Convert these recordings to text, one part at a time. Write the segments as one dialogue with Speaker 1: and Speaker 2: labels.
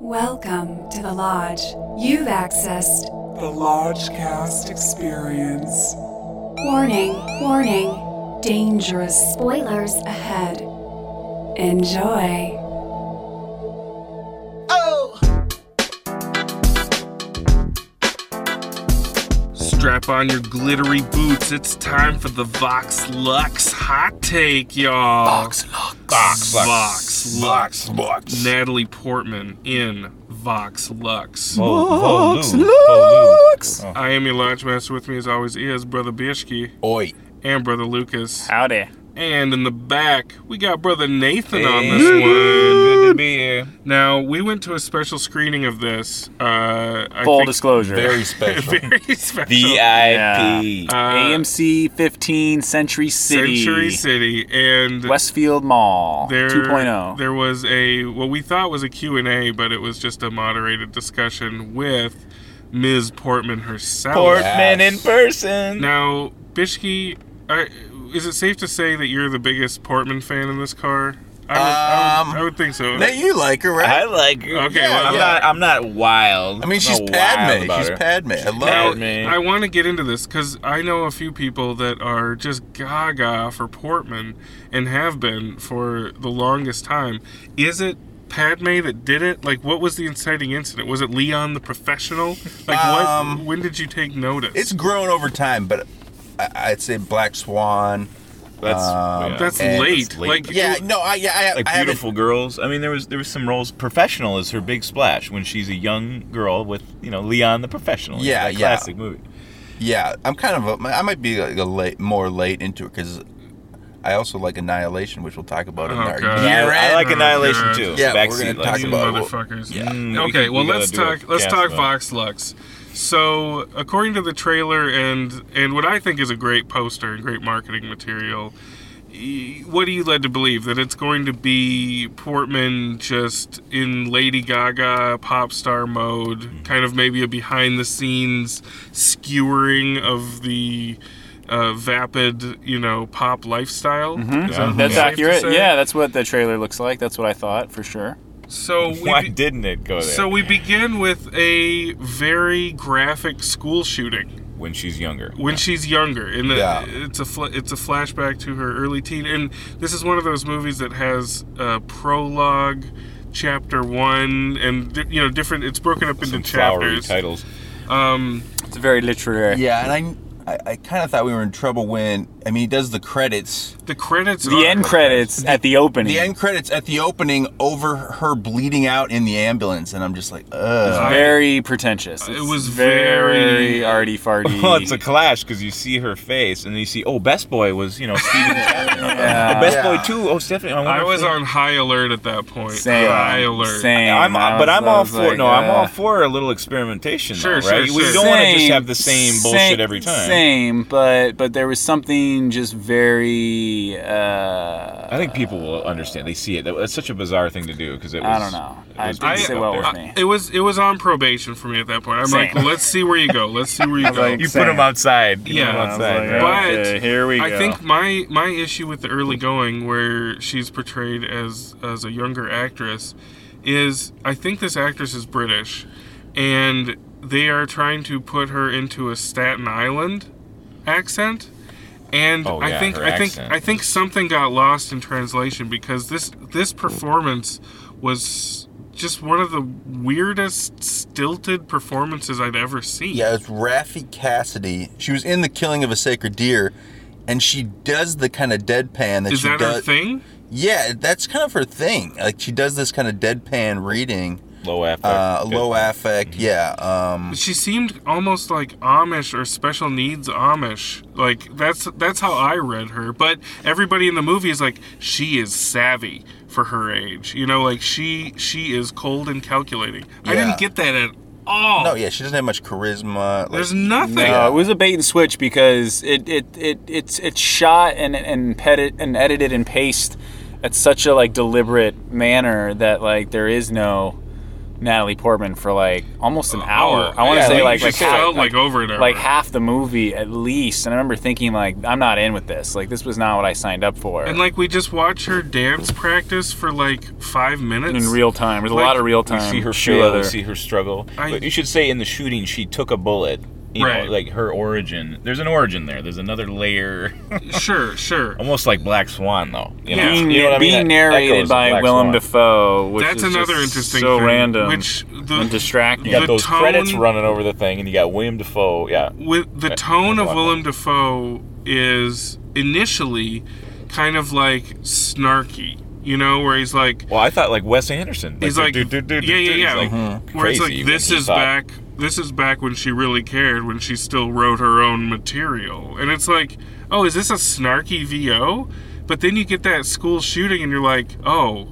Speaker 1: Welcome to the Lodge. You've accessed.
Speaker 2: The Lodgecast Experience.
Speaker 1: Warning, warning. Dangerous
Speaker 3: Spoilers.
Speaker 1: ahead. Enjoy.
Speaker 4: Strap on your glittery boots. It's time for the Vox Lux hot take, y'all. Vox Lux. Vox Lux. Vox Lux.
Speaker 5: Vox.
Speaker 4: Natalie Portman in Vox Lux.
Speaker 5: Vox.
Speaker 4: I am your Lodge Master. With me, as always, is Brother Bishki
Speaker 5: Oi.
Speaker 4: and Brother Lucas.
Speaker 6: Howdy.
Speaker 4: And in the back, we got Brother Nathan on
Speaker 5: Hey.
Speaker 4: this one.
Speaker 5: Good to be here.
Speaker 4: Now, we went to a special screening of this. Uh, I
Speaker 6: Full
Speaker 4: think-
Speaker 6: disclosure.
Speaker 5: Very special.
Speaker 4: Very special. uh,
Speaker 5: VIP.
Speaker 6: Uh, AMC 15 Century City.
Speaker 4: Century City. And
Speaker 6: Westfield Mall oh.
Speaker 4: there,
Speaker 5: oh.
Speaker 6: 2.0.
Speaker 4: There was a what we thought was a Q&A, but it was just a moderated discussion with Ms. Portman herself.
Speaker 5: Portman in
Speaker 6: person.
Speaker 4: Now, Bishki, I, is it safe to say that you're the biggest Portman fan in this car? I would, I would-
Speaker 7: Um,
Speaker 4: I would think so.
Speaker 7: Now you like her, right?
Speaker 5: I like her.
Speaker 4: Okay, well,
Speaker 5: I'm
Speaker 4: yeah.
Speaker 5: not. I'm not wild.
Speaker 7: I mean,
Speaker 5: I'm
Speaker 7: she's
Speaker 5: not wild
Speaker 7: Padme.
Speaker 5: about
Speaker 7: She's
Speaker 5: her.
Speaker 7: Padme. I
Speaker 4: Now,
Speaker 7: love her.
Speaker 5: Padme.
Speaker 4: I want to get into this because I know a few people that are just gaga for Portman and have been for the longest time. Is it Padme that did it? Like, what was the inciting incident? Was it Leon the Professional? Like,
Speaker 7: Um,
Speaker 4: what? When did you take notice?
Speaker 7: It's grown over time, but I, I'd say Black Swan.
Speaker 5: That's,
Speaker 7: Um,
Speaker 5: yeah.
Speaker 4: that's
Speaker 7: and
Speaker 4: late.
Speaker 5: it's
Speaker 4: Like,
Speaker 5: late.
Speaker 7: Yeah, no, I yeah, I, have
Speaker 5: like
Speaker 7: I haven't-
Speaker 5: beautiful girls. I mean, there was there was some roles. Professional is her big splash when she's a young girl with you know Leon the professional.
Speaker 7: Yeah,
Speaker 5: that
Speaker 7: yeah.
Speaker 5: classic movie.
Speaker 7: Yeah, I'm kind of a, I might be like a late, more late into it because I also like Annihilation, which we'll talk about in
Speaker 4: Oh,
Speaker 7: our
Speaker 4: God.
Speaker 7: year
Speaker 5: I, I
Speaker 7: end.
Speaker 5: like Annihilation
Speaker 4: Yeah.
Speaker 5: too.
Speaker 7: Yeah, we're
Speaker 5: Backseat mm,
Speaker 7: gonna
Speaker 5: Lexus.
Speaker 7: talk
Speaker 4: you
Speaker 7: about-
Speaker 4: motherfuckers.
Speaker 5: Yeah. Mm, we
Speaker 4: okay,
Speaker 5: could-
Speaker 4: well
Speaker 5: we gotta
Speaker 4: let's
Speaker 5: do a
Speaker 4: talk let's
Speaker 5: cast
Speaker 4: talk
Speaker 5: vote.
Speaker 4: Vox Lux. So according to the trailer and and what I think is a great poster and great marketing material, y- what are you led to believe that it's going to be Portman just in Lady Gaga pop star mode,
Speaker 5: Mm-hmm.
Speaker 4: kind of maybe a behind the scenes skewering of the uh, vapid, you know, pop lifestyle.
Speaker 5: Mm-hmm.
Speaker 4: Is that
Speaker 6: That's
Speaker 4: safe to
Speaker 6: accurate.
Speaker 4: say?
Speaker 6: Uh-huh. Yeah, that's what the trailer looks like. That's what I thought for sure.
Speaker 4: So we
Speaker 5: Why
Speaker 4: be-
Speaker 5: didn't it go there?
Speaker 4: So we begin with a very graphic school shooting
Speaker 5: when she's younger.
Speaker 4: when she's younger, and the-
Speaker 7: Yeah.
Speaker 4: it's a fl- it's a flashback to her early teen. And this is one of those movies that has a prologue, chapter one, and di- you know different. It's broken up into
Speaker 5: Some flowery
Speaker 4: chapters.
Speaker 5: titles.
Speaker 4: Um,
Speaker 6: It's very literary.
Speaker 7: Yeah, and I I, I kind of thought we were in trouble when I mean he does the credits,
Speaker 4: the credits.
Speaker 6: The
Speaker 4: are-
Speaker 6: end credits at the opening.
Speaker 7: the end credits at the opening over her bleeding out in the ambulance, and I'm just like, ugh.
Speaker 6: very pretentious.
Speaker 4: It
Speaker 6: It's
Speaker 4: was very-
Speaker 6: very arty farty.
Speaker 5: Well, it's a clash because you see her face, and then you see, oh, Best Boy was, you know, Steven.
Speaker 6: Yeah.
Speaker 5: Best Boy
Speaker 7: Yeah.
Speaker 5: too. Oh, Stephanie. I, wonder
Speaker 4: I
Speaker 5: if
Speaker 4: was
Speaker 5: they-
Speaker 4: on high alert at that point.
Speaker 6: Same.
Speaker 4: High alert.
Speaker 6: Same.
Speaker 5: I'm,
Speaker 6: I
Speaker 5: but
Speaker 6: was-
Speaker 5: I'm
Speaker 6: I
Speaker 5: all
Speaker 6: was
Speaker 5: for
Speaker 6: like,
Speaker 5: no. I'm
Speaker 6: uh,
Speaker 5: all for a little experimentation,
Speaker 4: Sure,
Speaker 5: though, right?
Speaker 4: sure,
Speaker 5: we
Speaker 4: sure.
Speaker 5: don't want to just have the same bullshit every time.
Speaker 6: Same, but but there was something just very. Uh,
Speaker 5: I think people will understand. They see it. That- That's such a bizarre thing to do because it was.
Speaker 6: I don't know.
Speaker 5: it
Speaker 6: I
Speaker 5: was
Speaker 6: didn't
Speaker 5: big
Speaker 6: sit
Speaker 5: up
Speaker 6: well
Speaker 5: there.
Speaker 6: with me.
Speaker 4: It was it was on probation for me at that point. I'm like,
Speaker 6: Same.
Speaker 4: let's see where you go. Let's see where you go.
Speaker 6: like,
Speaker 5: You put
Speaker 6: Same.
Speaker 5: them outside. You
Speaker 4: Yeah,
Speaker 5: put 'em
Speaker 4: I was
Speaker 5: outside.
Speaker 4: like,
Speaker 5: right?
Speaker 4: But okay,
Speaker 6: here we
Speaker 4: I think my my issue with the early going, where she's portrayed as as a younger actress, is I think this actress is British, and they are trying to put her into a Staten Island accent, and
Speaker 5: Oh,
Speaker 4: I
Speaker 5: yeah,
Speaker 4: think
Speaker 5: her
Speaker 4: I think
Speaker 5: accent.
Speaker 4: I think something got lost in translation because this this performance was just one of the weirdest stilted performances I'd ever seen.
Speaker 7: Yeah, it's Raffi Cassidy. She was in The Killing of a Sacred Deer, and she does the kind of deadpan that
Speaker 4: Is
Speaker 7: she
Speaker 4: that
Speaker 7: does.
Speaker 4: her thing?
Speaker 7: Yeah, that's kind of her thing. Like she does this kind of deadpan reading,
Speaker 5: Low
Speaker 4: Oh,
Speaker 5: after.
Speaker 7: uh, low affect.
Speaker 4: Mm-hmm.
Speaker 7: Yeah, um,
Speaker 4: She seemed almost like Amish or special needs Amish. Like that's that's how I read her. But everybody in the movie is like, she is savvy for her age. You know, like she she is cold and calculating. I
Speaker 7: Yeah.
Speaker 4: didn't get that at all.
Speaker 7: no, yeah, she doesn't have much charisma. Like,
Speaker 4: There's nothing.
Speaker 6: No, Uh, it was a bait and switch because it it it it's it's shot and and petted and edited and paced at such a like deliberate manner that like there is no Natalie Portman for like almost an hour. I want to
Speaker 4: Oh, yeah,
Speaker 6: say
Speaker 4: you
Speaker 6: like like
Speaker 4: just
Speaker 6: half,
Speaker 4: felt like over an hour.
Speaker 6: like half the movie at least. And I remember thinking like I'm not in with this. Like this was not what I signed up for.
Speaker 4: And like we just watch her dance practice for like five minutes.
Speaker 6: in real time, there's a
Speaker 4: like,
Speaker 6: lot of real
Speaker 5: We
Speaker 6: time.
Speaker 5: see her
Speaker 6: shoe
Speaker 5: fail. We
Speaker 6: leather.
Speaker 5: see her struggle.
Speaker 4: I-
Speaker 5: Um, but you should say in the shooting, she took a bullet. You
Speaker 4: Right.
Speaker 5: know, like her origin. There's an origin there. There's another layer,
Speaker 4: sure, sure.
Speaker 5: almost like Black Swan, though. You know?
Speaker 4: Yeah.
Speaker 6: being,
Speaker 5: You know what I mean?
Speaker 6: being
Speaker 5: That
Speaker 6: narrated
Speaker 5: echoes
Speaker 6: by
Speaker 5: Black
Speaker 6: Willem
Speaker 5: Swan.
Speaker 6: Dafoe, which
Speaker 4: That's
Speaker 6: is just
Speaker 4: another interesting
Speaker 6: so
Speaker 4: thing,
Speaker 6: random
Speaker 4: which the-
Speaker 6: and distracting.
Speaker 5: You got
Speaker 4: The
Speaker 5: those
Speaker 4: tone-
Speaker 5: credits running over the thing, and you got William Defoe. Yeah,
Speaker 4: With the
Speaker 5: Right,
Speaker 4: tone
Speaker 5: that's
Speaker 4: of
Speaker 5: a lot.
Speaker 4: Willem Dafoe is initially kind of like snarky, you know, where he's like,
Speaker 5: Well, I thought like Wes Anderson.
Speaker 4: He's like,
Speaker 5: "Do, do, do, do,
Speaker 4: yeah, yeah,
Speaker 5: do." He's,
Speaker 4: yeah.
Speaker 5: like,
Speaker 6: Mm-hmm.
Speaker 4: Where it's
Speaker 5: crazy
Speaker 4: like,
Speaker 5: when
Speaker 4: this
Speaker 5: he
Speaker 4: is
Speaker 5: thought-
Speaker 4: back. This is back when she really cared, when she still wrote her own material, and it's like, oh, is this a snarky VO? But then you get that school shooting, and you're like, oh,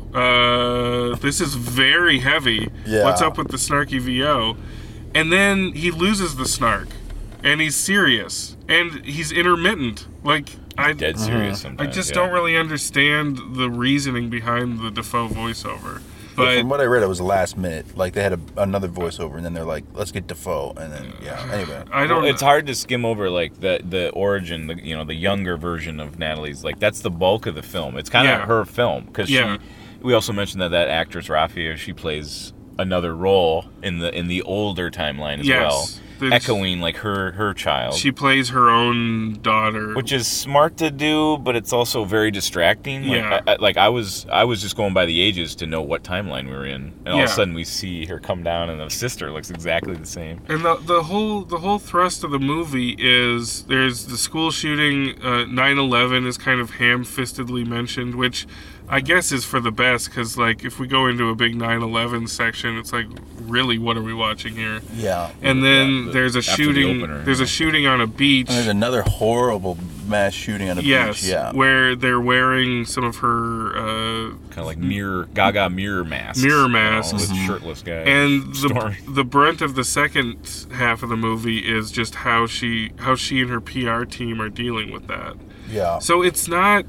Speaker 4: uh, this is very heavy.
Speaker 7: Yeah.
Speaker 4: What's up with the snarky VO? And then he loses the snark, and he's serious, and he's intermittent. Like I,
Speaker 5: dead serious.
Speaker 4: I
Speaker 5: Sometimes,
Speaker 4: just
Speaker 5: yeah.
Speaker 4: don't really understand the reasoning behind the Defoe voiceover.
Speaker 7: But
Speaker 4: But
Speaker 7: from what I read, it was last minute. Like they had a, another voiceover, and then they're like, "Let's get Defoe," and then yeah. Anyway,
Speaker 4: I don't.
Speaker 5: Well, it's hard to skim over like the the origin, the you know the younger version of Natalie's. Like that's the bulk of the film. It's kind of
Speaker 4: Yeah.
Speaker 5: her film because
Speaker 4: Yeah.
Speaker 5: she. We also mentioned that that actress Rafia, she plays another role in the in the older timeline as
Speaker 4: Yes.
Speaker 5: well,
Speaker 4: There's-
Speaker 5: echoing like her her child.
Speaker 4: She plays her own daughter.
Speaker 5: which is smart to do, but it's also very distracting. Like,
Speaker 4: Yeah.
Speaker 5: I, I- like I was, I was just going by the ages to know what timeline we were in, and all of
Speaker 4: Yeah.
Speaker 5: a sudden we see her come down, and the sister looks exactly the same.
Speaker 4: and the, the whole the whole thrust of the movie is there's the school shooting. Uh, 9/11 is kind of ham-fistedly mentioned, which I guess is for the best because like if we go into a big 9/11 section, it's like really what are we watching here?
Speaker 7: yeah.
Speaker 4: And then
Speaker 5: the-
Speaker 4: there's a
Speaker 5: after the
Speaker 4: shooting.
Speaker 5: opener,
Speaker 4: there's
Speaker 5: yeah.
Speaker 4: a shooting on a beach.
Speaker 7: And there's another horrible mass shooting on a
Speaker 4: Yes,
Speaker 7: beach. Yeah.
Speaker 4: where they're wearing some of her uh,
Speaker 5: Kind of like mirror Gaga mirror masks,
Speaker 4: Mirror
Speaker 5: you know,
Speaker 4: masks.
Speaker 5: oh, with shirtless guys.
Speaker 4: and the,
Speaker 5: Story.
Speaker 4: the brunt of the second half of the movie is just how she how she and her PR team are dealing with that.
Speaker 7: yeah.
Speaker 4: So it's not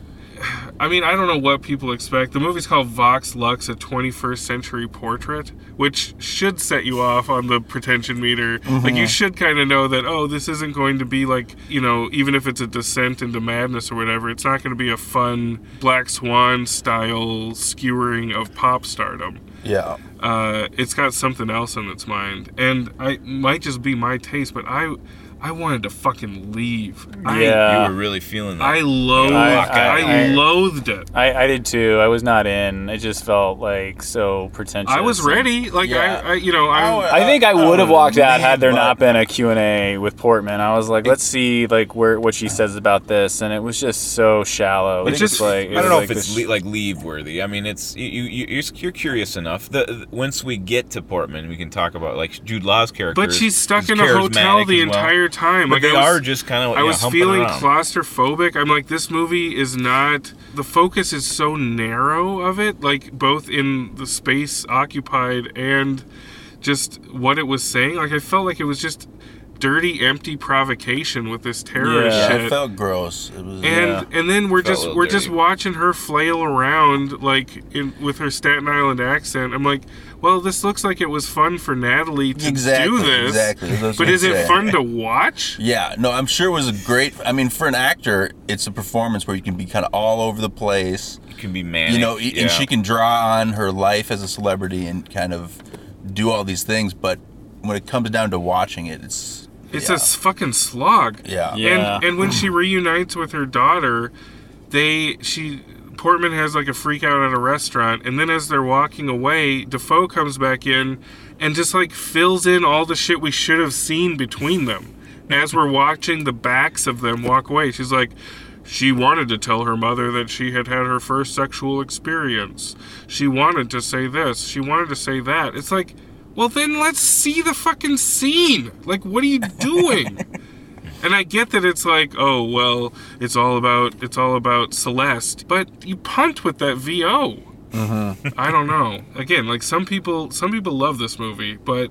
Speaker 4: I mean, I don't know what people expect. The movie's called Vox Lux, a 21st century portrait, which should set you off on the pretension meter. Like, you should kind of know that, oh, this isn't going to be like, you know, even if it's a descent into madness or whatever, it's not going to be a fun Black Swan style skewering of pop stardom
Speaker 7: yeah.
Speaker 4: uh, it's got something else in its mind, and I might just be my taste, but I, I wanted to fucking leave. I,
Speaker 7: Uh,
Speaker 6: Yeah.
Speaker 5: you were really feeling that.
Speaker 4: I loathed, I,
Speaker 6: I- I-
Speaker 4: loathed it.
Speaker 6: I, I did too. I was not in. It just felt like so pretentious.
Speaker 4: I was ready, like
Speaker 7: Yeah.
Speaker 4: I, I, you know,
Speaker 7: Oh,
Speaker 4: I,
Speaker 6: I think I would have walked out had there
Speaker 7: but-
Speaker 6: not been a Q&A with Portman. I was like, let's see like where what she says about this and it was just so shallow. It's
Speaker 4: It's
Speaker 6: just
Speaker 4: just-
Speaker 6: like it
Speaker 5: I don't
Speaker 6: was
Speaker 5: know
Speaker 6: like
Speaker 5: if it's
Speaker 6: this-
Speaker 5: le- like leave worthy. I mean, it's you, you you're, you're curious enough. The, the- once we get to Portman, we can talk about like Jude Law's character.
Speaker 4: but she's stuck
Speaker 5: is
Speaker 4: in a hotel
Speaker 5: charismatic
Speaker 4: the
Speaker 5: as well.
Speaker 4: entire time.
Speaker 5: But
Speaker 4: like
Speaker 5: they
Speaker 4: I was,
Speaker 5: are just kind of.
Speaker 7: Oh,
Speaker 4: I was
Speaker 5: humping
Speaker 4: feeling
Speaker 5: around.
Speaker 4: claustrophobic. I'm like, this movie is not. The focus is so narrow of it, like both in the space occupied and just what it was saying. Like I felt like it was just dirty, empty provocation with this terror
Speaker 6: Yeah.
Speaker 7: Yeah,
Speaker 4: shit.
Speaker 7: it felt gross. It was,
Speaker 4: and and then we're
Speaker 5: Felt a
Speaker 4: just
Speaker 5: little
Speaker 4: we're just
Speaker 5: dirty.
Speaker 4: watching her flail around like in, with her Staten Island accent. I'm like, well, this looks like it was fun for Natalie to
Speaker 7: exactly
Speaker 4: do this,
Speaker 7: exactly. That's what
Speaker 4: but
Speaker 7: I'm
Speaker 4: is it
Speaker 7: saying.
Speaker 4: fun to watch?
Speaker 7: Yeah, no, I'm sure it was a great. I mean, for an actor, it's a performance where you can be kind of all over the place,
Speaker 5: You can be manic.
Speaker 7: you know,
Speaker 5: yeah.
Speaker 7: and she can draw on her life as a celebrity and kind of do all these things. But when it comes down to watching it, it's
Speaker 4: It's
Speaker 7: yeah,
Speaker 4: a s- fucking slog.
Speaker 7: yeah,
Speaker 6: Yeah.
Speaker 4: And and when she reunites with her daughter, they she Portman has like a freak out at a restaurant, and then as they're walking away, Defoe comes back in and just like fills in all the shit we should have seen between them. As we're watching the backs of them walk away, she's like, she wanted to tell her mother that she had had her first sexual experience. She wanted to say this. She wanted to say that. It's like, well, then let's see the fucking scene. Like, what are you doing? And I get that it's like, oh well, it's all about it's all about Celeste, but you punt with that VO. I don't know. Again, like some people some people love this movie, but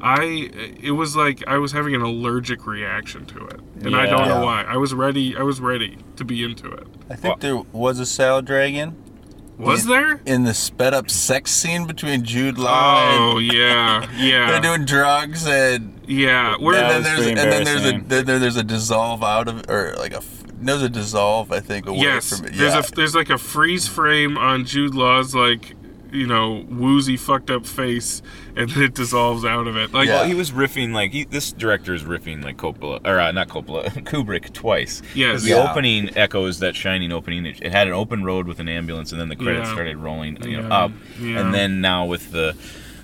Speaker 4: I it was like I was having an allergic reaction to it, and I don't know
Speaker 7: Yeah.
Speaker 4: why. I was ready. I was ready to be into it.
Speaker 7: I think there was a salad dragon.
Speaker 4: Was there?
Speaker 7: in the sped up sex scene between Jude Law
Speaker 4: Oh yeah,
Speaker 7: and Uh, they're
Speaker 4: yeah,
Speaker 7: doing drugs and
Speaker 4: yeah. Where
Speaker 7: and then
Speaker 6: was
Speaker 7: there's
Speaker 6: pretty
Speaker 7: and then there's a
Speaker 6: embarrassing.
Speaker 7: then there- there's a dissolve out of or like a f- there's a dissolve I think away
Speaker 4: yes,
Speaker 7: from it.
Speaker 4: there's
Speaker 7: yeah.
Speaker 4: a there's like a freeze frame on Jude Law's like you know woozy fucked up face, and then it dissolves out of it. Like
Speaker 7: Yeah.
Speaker 5: Well, he was riffing like he, this director is riffing like Coppola or uh, not Coppola, Kubrick twice.
Speaker 4: Yes.
Speaker 5: the
Speaker 7: Yeah.
Speaker 5: opening echoes that shining opening. It, it had an open road with an ambulance, and then the credits
Speaker 4: Yeah.
Speaker 5: started rolling you know,
Speaker 4: Yeah.
Speaker 5: up,
Speaker 4: Yeah.
Speaker 5: and then now with the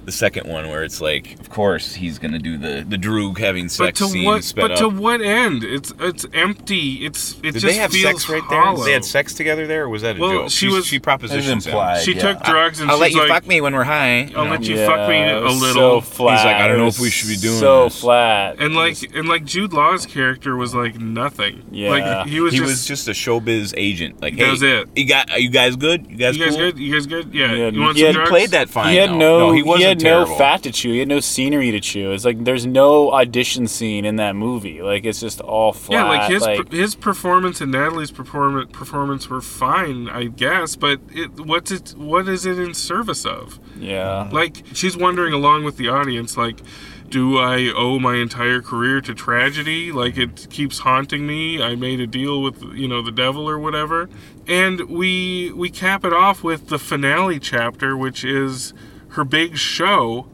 Speaker 5: the second one where it's like, of course he's gonna do the the droog having
Speaker 4: but
Speaker 5: sex
Speaker 4: to
Speaker 5: scene
Speaker 4: what?
Speaker 5: sped
Speaker 4: But to
Speaker 5: up.
Speaker 4: what end? It's it's empty. It's it
Speaker 5: Did
Speaker 4: just
Speaker 5: they have
Speaker 4: feels
Speaker 5: sex right
Speaker 4: hollow.
Speaker 5: there? They had sex together there, or was that a
Speaker 4: Well,
Speaker 5: joke?
Speaker 4: she
Speaker 5: She's-
Speaker 4: was-
Speaker 5: she
Speaker 7: That was
Speaker 5: propositions him.
Speaker 7: implied.
Speaker 4: She
Speaker 7: yeah.
Speaker 4: took drugs and
Speaker 5: I'll let
Speaker 4: she's
Speaker 5: you
Speaker 4: like,
Speaker 5: fuck me when we're high. you
Speaker 4: I'll
Speaker 5: know?
Speaker 4: let you fuck me
Speaker 6: Yeah, it
Speaker 4: a
Speaker 6: was
Speaker 4: little.
Speaker 6: So flat.
Speaker 5: I don't
Speaker 6: It
Speaker 5: know
Speaker 6: was
Speaker 5: if we should be doing
Speaker 6: so
Speaker 5: this.
Speaker 6: flat.
Speaker 4: and like and like Jude Law's character was like nothing.
Speaker 6: Yeah.
Speaker 4: like he was
Speaker 5: he
Speaker 4: just.
Speaker 5: was just a showbiz agent. Like,
Speaker 4: That
Speaker 5: hey,
Speaker 4: was it.
Speaker 5: You got? Are you guys good? You guys,
Speaker 4: you guys
Speaker 5: cool?
Speaker 4: good? You guys good? Yeah.
Speaker 6: Yeah,
Speaker 4: you want
Speaker 6: he
Speaker 4: some
Speaker 6: had
Speaker 4: drugs?
Speaker 5: played that fine.
Speaker 6: he had
Speaker 5: though.
Speaker 6: no,
Speaker 5: he
Speaker 6: he,
Speaker 5: wasn't
Speaker 6: had
Speaker 5: terrible.
Speaker 6: no fat to chew. He had no scenery to chew. It's like there's no audition scene in that movie. Like it's just all flat.
Speaker 4: Yeah, like his
Speaker 6: like,
Speaker 4: his performance and Natalie's performance performance were fine, I guess. But it what's it what is it in service of?
Speaker 6: yeah.
Speaker 4: Like she's wondering along with the audience, like, do I owe my entire career to tragedy? Like it keeps haunting me. I made a deal with you know the devil or whatever. And we we cap it off with the finale chapter, which is her big show,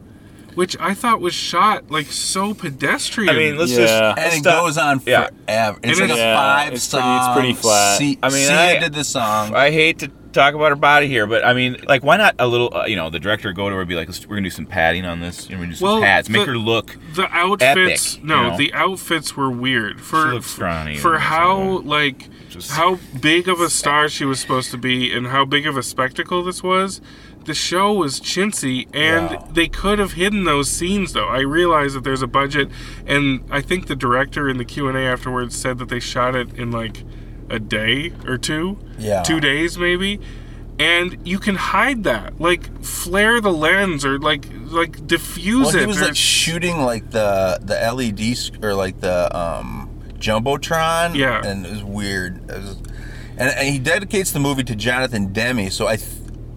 Speaker 4: which I thought was shot like so pedestrian.
Speaker 5: I mean, let's
Speaker 6: Yeah.
Speaker 5: just.
Speaker 7: and it
Speaker 5: let's stop.
Speaker 7: goes on
Speaker 5: Yeah.
Speaker 7: forever. It's
Speaker 4: And
Speaker 7: like a
Speaker 6: it's- Yeah,
Speaker 7: five
Speaker 6: it's pretty-
Speaker 7: song.
Speaker 6: it's pretty flat.
Speaker 7: C-
Speaker 5: I mean,
Speaker 7: Sia
Speaker 5: I-
Speaker 7: did the song.
Speaker 5: I hate to talk about her body here, but I mean, like, why not a little? Uh, you know, the director go to her and be like, let's, "We're gonna do some padding on this. and We're gonna do some
Speaker 4: Well,
Speaker 5: pads. Make
Speaker 4: the-
Speaker 5: her look."
Speaker 4: the outfits
Speaker 5: epic,
Speaker 4: no
Speaker 5: you know?
Speaker 4: the outfits were weird for
Speaker 5: She looked scrawny
Speaker 4: for
Speaker 5: and
Speaker 4: how
Speaker 5: so-
Speaker 4: like
Speaker 5: just-
Speaker 4: how big of a star she was supposed to be and how big of a spectacle this was the show was chintzy and
Speaker 7: Yeah.
Speaker 4: they could have hidden those scenes though i realize that there's a budget and i think the director in the q&a afterwards said that they shot it in like a day or two
Speaker 7: Yeah.
Speaker 4: two days maybe and you can hide that like flare the lens or like like diffuse
Speaker 7: well,
Speaker 4: it
Speaker 7: he was
Speaker 4: or-
Speaker 7: like shooting like the the LED sc- or like the um jumbotron.
Speaker 4: Yeah.
Speaker 7: and it was weird. It was- and, and he dedicates the movie to Jonathan Demme. So I, th-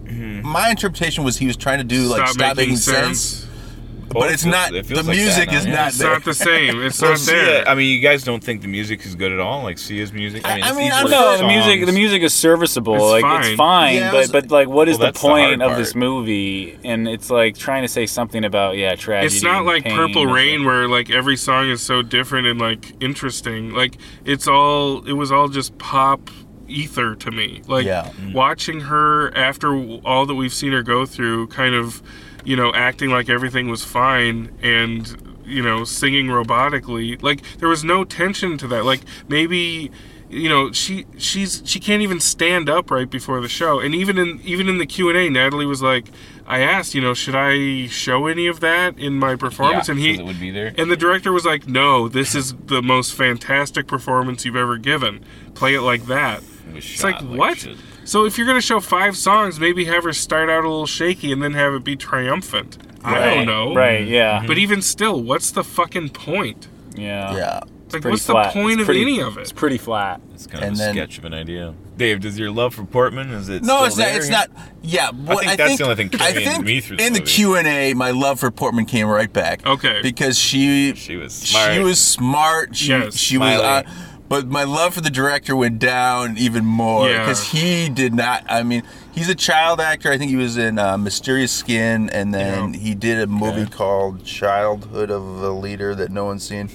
Speaker 7: my interpretation was he was trying to do like stop, making, sense,
Speaker 5: Well,
Speaker 7: but
Speaker 5: it
Speaker 7: it's
Speaker 5: feels-
Speaker 7: not.
Speaker 5: it feels
Speaker 7: the
Speaker 5: like that
Speaker 7: music
Speaker 5: now,
Speaker 7: is
Speaker 5: yeah.
Speaker 7: not
Speaker 4: It's
Speaker 7: there.
Speaker 4: not the same. It's
Speaker 5: Well,
Speaker 4: not
Speaker 5: Sia,
Speaker 4: there.
Speaker 5: I mean, you guys don't think the music is good at all, like Sia's music.
Speaker 7: I- I
Speaker 5: it's
Speaker 7: mean,
Speaker 5: these
Speaker 7: I
Speaker 5: were
Speaker 6: No, the
Speaker 5: songs.
Speaker 6: music the music is serviceable.
Speaker 4: It's
Speaker 6: like
Speaker 4: fine.
Speaker 6: it's fine,
Speaker 7: Yeah, it was-
Speaker 6: but but like what is
Speaker 5: Well,
Speaker 6: the
Speaker 5: that's the hard
Speaker 6: point of this
Speaker 5: part.
Speaker 6: movie? And it's like trying to say something about yeah tragedy.
Speaker 4: It's not
Speaker 6: and
Speaker 4: like
Speaker 6: pain
Speaker 4: Purple
Speaker 6: and-
Speaker 4: Rain where like every song is so different and like interesting. Like it's all it was all just pop ether to me. Like
Speaker 7: Yeah.
Speaker 5: mm.
Speaker 4: watching her after all that we've seen her go through kind of, you know, acting like everything was fine and you know, singing robotically. Like there was no tension to that. Like maybe you know she she's she can't even stand up right before the show and even in even in the q&a natalie was like i asked you know should i show any of that in my
Speaker 5: Yeah,
Speaker 4: performance
Speaker 5: 'cause
Speaker 4: and he
Speaker 5: it would be there.
Speaker 4: and the director was like no this is the most fantastic performance you've ever given play it like that
Speaker 5: It was
Speaker 4: it's like
Speaker 5: shot
Speaker 4: what
Speaker 5: shit.
Speaker 4: so if you're going to show five songs maybe have her start out a little shaky and then have it be triumphant i
Speaker 6: Right,
Speaker 4: don't know
Speaker 6: Right? Yeah.
Speaker 4: but even still what's the fucking point
Speaker 6: Yeah.
Speaker 7: yeah.
Speaker 4: like
Speaker 6: Pretty
Speaker 4: what's
Speaker 6: flat.
Speaker 4: the point
Speaker 6: It's
Speaker 4: of
Speaker 6: pretty-
Speaker 4: any of it
Speaker 6: It's pretty flat.
Speaker 5: It's kind
Speaker 7: And
Speaker 5: of a
Speaker 7: then-
Speaker 5: sketch of an idea. Dave, does your love for Portman is it?
Speaker 7: No,
Speaker 5: still
Speaker 7: it's not.
Speaker 5: there?
Speaker 7: It's not. Yeah, what,
Speaker 5: think that's the only thing
Speaker 7: I
Speaker 5: carrying
Speaker 7: think
Speaker 5: me through the
Speaker 7: in the
Speaker 5: movie.
Speaker 7: Q and A, my love for Portman came right back.
Speaker 4: Okay.
Speaker 7: because she
Speaker 5: She was smart.
Speaker 7: She was smart. She
Speaker 4: Yes.
Speaker 7: she was. Uh,
Speaker 5: Smiley.
Speaker 7: but my love for the director went down even more
Speaker 4: Yeah.
Speaker 7: because he did not. I mean, he's a child actor. I think he was in uh, Mysterious Skin, and then
Speaker 4: Yeah.
Speaker 7: he did a movie called Childhood of a Leader that no one's seen,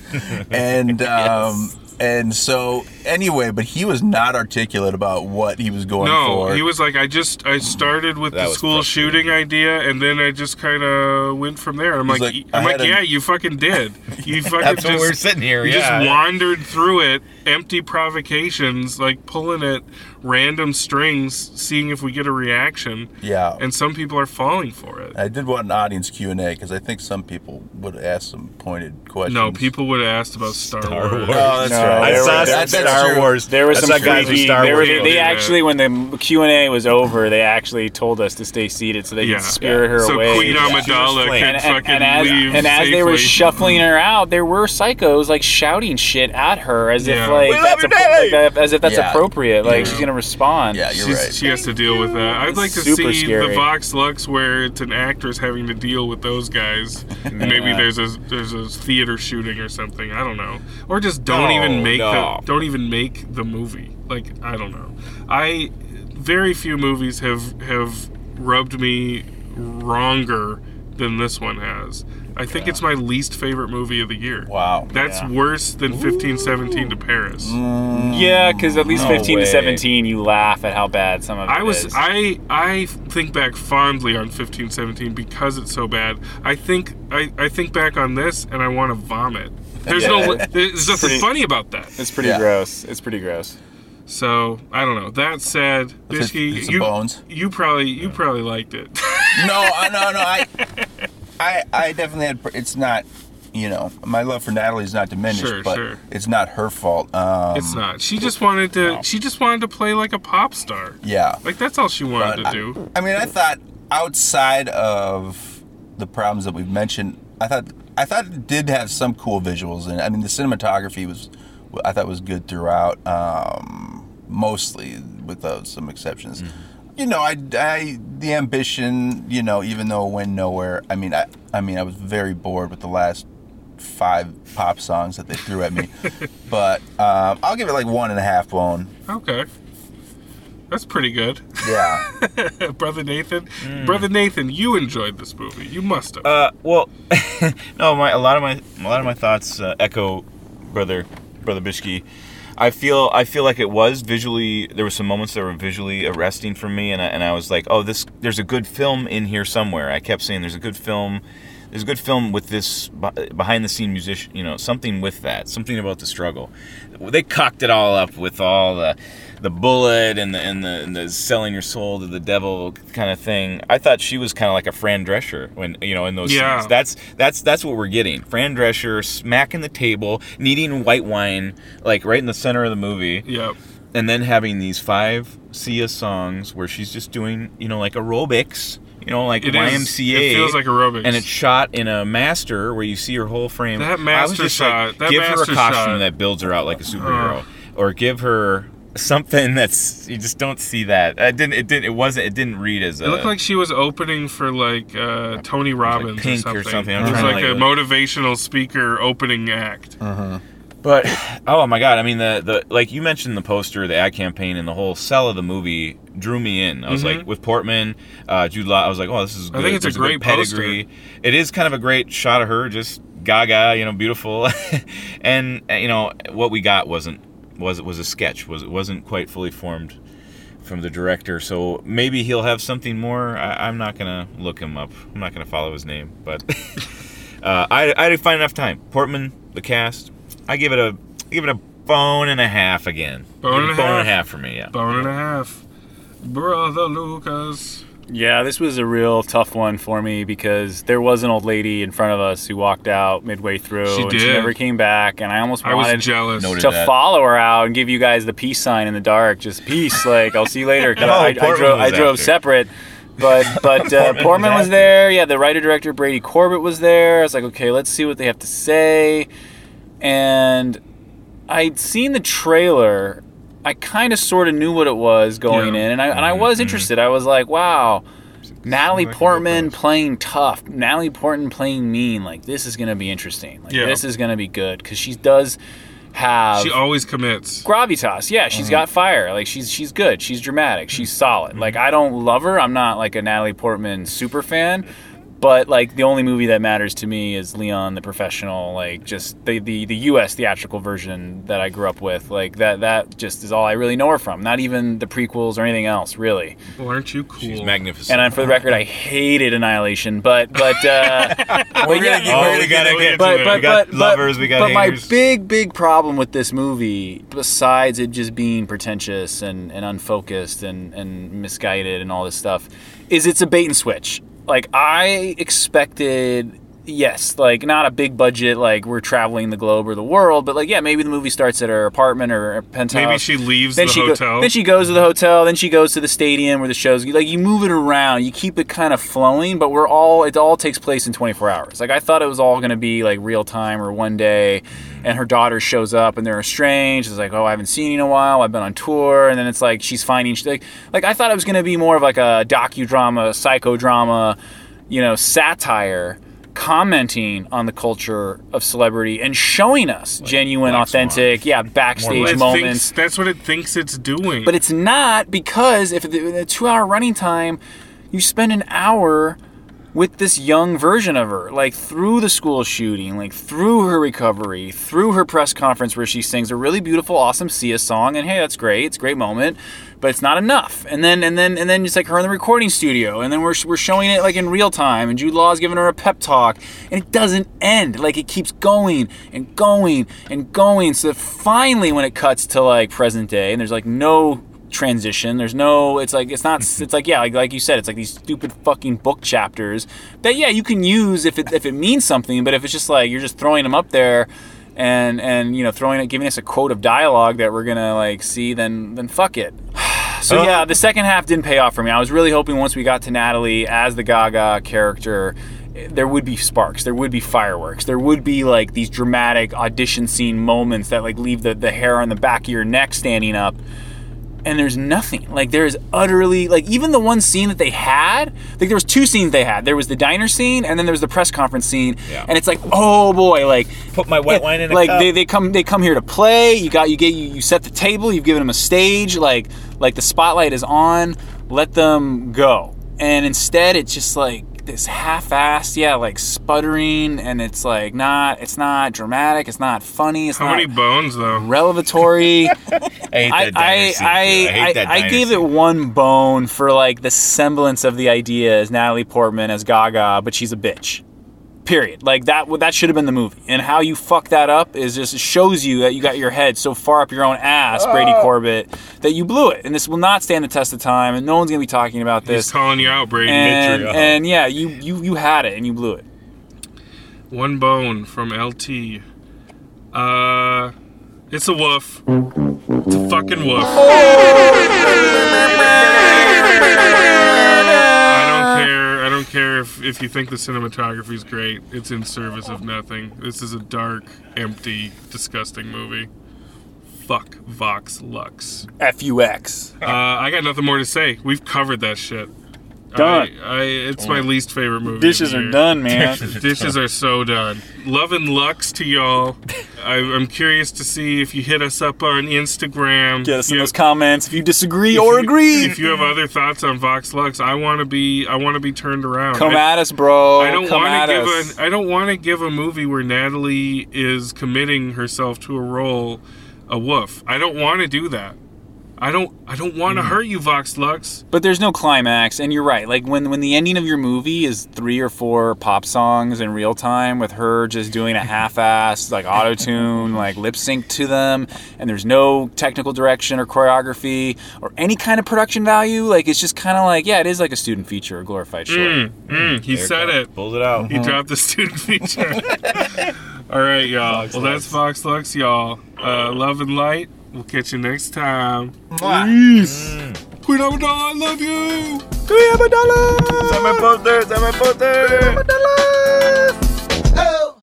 Speaker 7: and. Um, And so, anyway, but he was not articulate about what he was going
Speaker 4: no,
Speaker 7: for.
Speaker 4: he was like, I just I started with
Speaker 5: That
Speaker 4: the
Speaker 5: was
Speaker 4: school
Speaker 5: frustrating.
Speaker 4: shooting idea, and then I just kind of went from there. I'm like,
Speaker 7: He's
Speaker 4: like
Speaker 7: like,
Speaker 4: I'm
Speaker 7: I
Speaker 4: like,
Speaker 7: had a-
Speaker 4: yeah, you fucking did. You fucking
Speaker 5: That's
Speaker 4: just
Speaker 5: what we're sitting here.
Speaker 4: you
Speaker 5: yeah.
Speaker 4: just wandered through it, empty provocations, like pulling at random strings, seeing if we get a reaction.
Speaker 7: yeah.
Speaker 4: And some people are falling for it.
Speaker 7: I did want an audience Q and A because I think some people would ask some pointed questions.
Speaker 4: No, people would have asked about Star,
Speaker 5: Star
Speaker 4: Wars.
Speaker 5: Wars.
Speaker 7: Oh, that's
Speaker 6: No,
Speaker 7: right.
Speaker 5: I
Speaker 6: there
Speaker 5: saw some
Speaker 6: were-
Speaker 7: That- that's
Speaker 5: Star
Speaker 7: true.
Speaker 5: Wars.
Speaker 6: There was
Speaker 5: I
Speaker 6: some
Speaker 5: saw guys with
Speaker 6: crazy.
Speaker 5: Star
Speaker 6: there
Speaker 5: Wars.
Speaker 6: was, they,
Speaker 4: people do that.
Speaker 6: actually, when the Q and A was over, they actually told us to stay seated so they
Speaker 4: Yeah.
Speaker 6: could spirit her
Speaker 4: so
Speaker 6: away.
Speaker 4: Queen
Speaker 6: Yeah.
Speaker 4: Amidala
Speaker 5: She was
Speaker 4: can
Speaker 5: playing.
Speaker 6: and, and-
Speaker 4: fucking
Speaker 6: and as,
Speaker 4: leave
Speaker 6: and as they were
Speaker 4: safely.
Speaker 6: shuffling her out, there were psychos like shouting shit at her as
Speaker 4: Yeah.
Speaker 6: if like,
Speaker 5: We love
Speaker 6: that's
Speaker 5: you,
Speaker 6: appro-
Speaker 5: Daddy!
Speaker 6: like, uh, as if that's
Speaker 7: Yeah.
Speaker 6: appropriate. Like
Speaker 7: Yeah.
Speaker 6: she's gonna respond.
Speaker 7: Yeah, you're
Speaker 4: She's-
Speaker 7: right.
Speaker 4: She has to deal with that. I'd like to
Speaker 6: Super
Speaker 4: see the
Speaker 6: scary.
Speaker 4: Vox Lux where it's an actress having to deal with those guys. And Maybe
Speaker 6: Yeah.
Speaker 4: there's a there's a theater shooting or something. I don't know. Or just don't
Speaker 5: No,
Speaker 4: even make
Speaker 5: no.
Speaker 4: the don't even make the movie. Like I don't know. I very few movies have have rubbed me wronger than this one has. I think it's my least favorite movie of the year.
Speaker 7: Wow.
Speaker 4: That's worse than 1517 to Paris.
Speaker 6: Mm. Yeah, because at least
Speaker 5: No
Speaker 6: 15
Speaker 5: way.
Speaker 6: to 17, you laugh at how bad some of it
Speaker 4: I was
Speaker 6: is.
Speaker 4: I I think back fondly on fifteen seventeen because it's so bad. I think I, I think back on this and I want to vomit. There's no there's nothing
Speaker 6: Pretty-
Speaker 4: funny about that.
Speaker 6: It's pretty
Speaker 7: Yeah.
Speaker 6: gross. It's pretty gross.
Speaker 4: So I don't know. That said,
Speaker 7: It's-
Speaker 4: Bishki,
Speaker 7: it's a
Speaker 4: you
Speaker 7: bones.
Speaker 4: you probably you probably liked it.
Speaker 7: No, I- no, no. I, I, I definitely had. pr- It's not. You know, my love for Natalie is not diminished,
Speaker 4: Sure,
Speaker 7: but
Speaker 4: sure.
Speaker 7: it's not her fault. Um,
Speaker 4: it's not. She just wanted to she just wanted to play like a pop star.
Speaker 7: yeah.
Speaker 4: Like that's all she wanted
Speaker 7: But I-
Speaker 4: to do.
Speaker 7: I mean, I thought outside of the problems that we've mentioned, I thought I thought it did have some cool visuals, and I mean, the cinematography was I thought was good throughout, um, mostly with uh, some exceptions.
Speaker 4: Mm-hmm.
Speaker 7: You know, I, I the ambition, you know, even though it went nowhere. I mean, I I mean, I was very bored with the last five pop songs that they threw at me, but um, I'll give it like one and a half bone.
Speaker 4: Okay. That's pretty good.
Speaker 7: Yeah.
Speaker 4: Brother Nathan.
Speaker 7: Hmm.
Speaker 4: Brother Nathan, you enjoyed this movie. You must have.
Speaker 5: Uh, well, no, my a lot of my a lot of my thoughts uh, echo brother brother Bishke. I feel I feel like it was visually. There were some moments that were visually arresting for me, and I, and I was like, oh, this there's a good film in here somewhere. I kept saying there's a good film. There's a good film with this behind the scene musician, you know, something with that, something about the struggle. They cocked it all up with all the, the bullet and the, and the, and the selling your soul to the devil kind of thing. I thought she was kind of like a Fran Drescher when you know in those
Speaker 4: Yeah.
Speaker 5: scenes. That that's that's that's what we're getting. Fran Drescher smacking the table, needing white wine, like right in the center of the movie,
Speaker 4: yep.
Speaker 5: and then having these five Sia songs where she's just doing, you know, like aerobics, you know, like
Speaker 4: It is-
Speaker 5: YMCA.
Speaker 4: it feels like aerobics.
Speaker 5: And it's shot in a master where you see her whole frame. I
Speaker 4: That
Speaker 5: was
Speaker 4: master
Speaker 5: just
Speaker 4: shot- that
Speaker 5: give her a
Speaker 4: master
Speaker 5: costume
Speaker 4: shot. Uh-huh.
Speaker 5: that builds her out like a superhero, or give her something that's you just don't see that. I didn't. It didn't. It wasn't. It didn't read as.
Speaker 4: It looked
Speaker 6: uh,
Speaker 4: like she was opening for like uh, Tony Robbins
Speaker 5: Pink
Speaker 4: or
Speaker 5: or
Speaker 4: something.
Speaker 5: something. I'm
Speaker 4: It was
Speaker 5: trying to,
Speaker 4: like, a
Speaker 5: like,
Speaker 4: motivational speaker opening act.
Speaker 6: Uh-huh.
Speaker 5: But oh my god, I mean the the like you mentioned the poster, the ad campaign, and the whole sell of the movie drew me in. I was like with Portman, uh, Jude Law. I was like, oh, this is. Good.
Speaker 4: Mm-hmm. think it's a
Speaker 5: good
Speaker 4: great
Speaker 5: pedigree. It is kind of a great shot of her, just Gaga, you know, beautiful, and uh, you know what we got wasn't was was a sketch was it wasn't quite fully formed from the director. So maybe he'll have something more. I, I'm not gonna look him up. I'm not gonna follow his name, but. Uh, I, I didn't find enough time. Portman, the cast, I give it a I give it a bone and a half again.
Speaker 4: Bone and a
Speaker 5: bone
Speaker 4: half?
Speaker 5: and a half for me. Yeah.
Speaker 4: Bone and a half, brother Lucas.
Speaker 6: Yeah, this was a real tough one for me because there was an old lady in front of us who walked out midway through.
Speaker 4: She
Speaker 6: and
Speaker 4: did.
Speaker 6: She never came back, and I almost
Speaker 4: I
Speaker 6: wanted
Speaker 4: was jealous.
Speaker 5: Noted.
Speaker 6: to
Speaker 5: that.
Speaker 6: follow her out and give you guys the peace sign in the dark, just peace. Like I'll see you later. 'cause
Speaker 5: No,
Speaker 6: I, I
Speaker 5: Portman
Speaker 6: drove, I
Speaker 5: was
Speaker 6: drove
Speaker 5: after.
Speaker 6: separate, but but uh, Portman, was,
Speaker 5: after.
Speaker 6: there. Yeah, the writer director Brady Corbett was there. I was like, okay, let's see what they have to say. And I'd seen the trailer. I kind of sort of knew what it was going
Speaker 4: Yeah.
Speaker 6: in, and I and I was interested. I was like, wow. Natalie
Speaker 5: Mm-hmm, like a good
Speaker 6: Portman
Speaker 5: price.
Speaker 6: playing tough, Natalie Portman playing mean. Like this is gonna be interesting. Like
Speaker 4: Yeah.
Speaker 6: this is gonna be good because she does have
Speaker 4: She always commits.
Speaker 6: gravitas. Yeah, she's got fire. Like she's she's good. She's dramatic. She's solid. Like I don't love her. I'm not like a Natalie Portman super fan. But like the only movie that matters to me is Leon the Professional, like just the, the, the US theatrical version that I grew up with. Like that that just is all I really know her from. Not even the prequels or anything else, really.
Speaker 4: Well, aren't you cool?
Speaker 5: She's magnificent.
Speaker 6: And I, for the record, I hated Annihilation, but but uh, but yeah,
Speaker 5: oh, we got
Speaker 4: We
Speaker 5: to
Speaker 4: got-
Speaker 6: but, but,
Speaker 5: we got
Speaker 6: but,
Speaker 5: lovers.
Speaker 6: but,
Speaker 5: we got
Speaker 6: but
Speaker 5: haters.
Speaker 6: my big big problem with this movie besides it just being pretentious and, and unfocused and, and misguided and all this stuff is it's a bait and switch like i expected yes, like not a big budget, like we're traveling the globe or the world, but like yeah, maybe the movie starts at her apartment or her penthouse.
Speaker 4: Maybe she leaves
Speaker 6: then
Speaker 4: the
Speaker 6: she go-
Speaker 4: hotel.
Speaker 6: then she goes to the hotel. Then she goes to the stadium where the shows. Like you move it around, you keep it kind of flowing, but we're all it all takes place in 24 hours. Like I thought it was all going to be like real time or one day, and her daughter shows up and they're estranged. It's like oh I haven't seen you in a while. I've been on tour, and then it's like she's finding she, like like I thought it was going to be more of like a docudrama, psychodrama, you know, satire. Commenting on the culture of celebrity and showing us genuine,
Speaker 5: Black Swan.
Speaker 6: authentic, yeah,
Speaker 4: Well,
Speaker 6: backstage
Speaker 4: it
Speaker 6: moments.
Speaker 4: thinks- that's what it thinks it's doing.
Speaker 6: But it's not because if the, the two hour running time, you spend an hour with this young version of her, like through the school shooting, like through her recovery, through her press conference where she sings a really beautiful, awesome Sia song, and hey, that's great, it's a great moment, but it's not enough. And then and then and then it's like her in the recording studio, and then we're, we're showing it like in real time, and Jude Law's giving her a pep talk, and it doesn't end. Like it keeps going and going and going. So that finally, when it cuts to like present day, and there's like no transition. There's no. It's like it's not. It's like yeah, like like you said, it's like these stupid fucking book chapters that yeah you can use if it if it means something, but if it's just like you're just throwing them up there. And, and you know throwing it giving us a quote of dialogue that we're gonna like see then then fuck it so yeah the second half didn't pay off for me i was really hoping once we got to natalie as the gaga character there would be sparks there would be fireworks there would be like these dramatic audition scene moments that like leave the, the hair on the back of your neck standing up and there's nothing. Like there is utterly like even the one scene that they had, like there was two scenes they had. There was the diner scene and then there was the press conference scene.
Speaker 5: Yeah.
Speaker 6: And it's like, oh boy, like
Speaker 5: Put my white wine in a
Speaker 6: like
Speaker 5: cup.
Speaker 6: they, they come they come here to play. You got you get you, you set the table. You've given them a stage. Like like the spotlight is on. Let them go. And instead, it's just like this half-assed, yeah, like sputtering, and it's like not it's not dramatic. It's not funny. It's
Speaker 4: How
Speaker 6: not
Speaker 4: many bones though?
Speaker 6: revelatory.
Speaker 5: I hate
Speaker 6: I,
Speaker 5: that diner
Speaker 6: I,
Speaker 5: scene, dude. I hate
Speaker 6: I,
Speaker 5: that
Speaker 6: I, I
Speaker 5: diner
Speaker 6: gave it
Speaker 5: scene.
Speaker 6: one bone for like the semblance of the idea as Natalie Portman as Gaga, but she's a bitch. Period. Like that. That should have been the movie. And how you fuck that up is just it shows you that you got your head so far up your own ass, Brady Corbett, that you blew it. And this will not stand the test of time. And no one's gonna be talking about
Speaker 4: He's
Speaker 6: this.
Speaker 4: calling you out, Brady. uh-huh.
Speaker 6: And,
Speaker 5: Mitchell.
Speaker 6: and yeah, you, you you had it and you blew it.
Speaker 4: One bone from LT. Uh, it's a woof. It's a fucking woof. I don't care. I don't care if, if you think the cinematography is great. It's in service of nothing. This is a dark, empty, disgusting movie. Fuck Vox Lux.
Speaker 6: Fux.
Speaker 4: Uh, I got nothing more to say. We've covered that shit.
Speaker 6: Done.
Speaker 4: I, I, it's my least favorite movie. of
Speaker 6: Dishes
Speaker 4: the
Speaker 6: are
Speaker 4: year.
Speaker 6: done, man.
Speaker 4: Dishes are so done. Love and lux to y'all. I, I'm curious to see if you hit us up on Instagram.
Speaker 6: Get us in
Speaker 4: You-
Speaker 6: those comments if you disagree
Speaker 4: if
Speaker 6: or
Speaker 4: you-
Speaker 6: agree.
Speaker 4: If you have other thoughts on Vox Lux, I want to be I want to be turned around.
Speaker 6: Come
Speaker 4: I,
Speaker 6: at us, bro.
Speaker 4: I don't
Speaker 6: Come
Speaker 4: want
Speaker 6: at
Speaker 4: to give
Speaker 6: us.
Speaker 4: a I don't want to give a movie where Natalie is committing herself to a role a woof. I don't want to do that. I don't I don't want
Speaker 6: Mm.
Speaker 4: to hurt you Vox Lux.
Speaker 6: But there's no climax, and you're right. Like when when the ending of your movie is three or four pop songs in real time with her just doing a half-ass like auto tune, like lip sync to them, and there's no technical direction or choreography or any kind of production value. Like it's just kind of like yeah, it is like a student feature or glorified short.
Speaker 4: Mm, he
Speaker 5: There
Speaker 4: said
Speaker 5: comes-
Speaker 4: it.
Speaker 5: Pulled it out.
Speaker 4: He dropped the student feature. All right, y'all. well, that's Vox Lux, y'all. Uh, love and light. We'll catch you next time. Queen Amidala, I love you.
Speaker 5: It's on my poster. It's on my poster.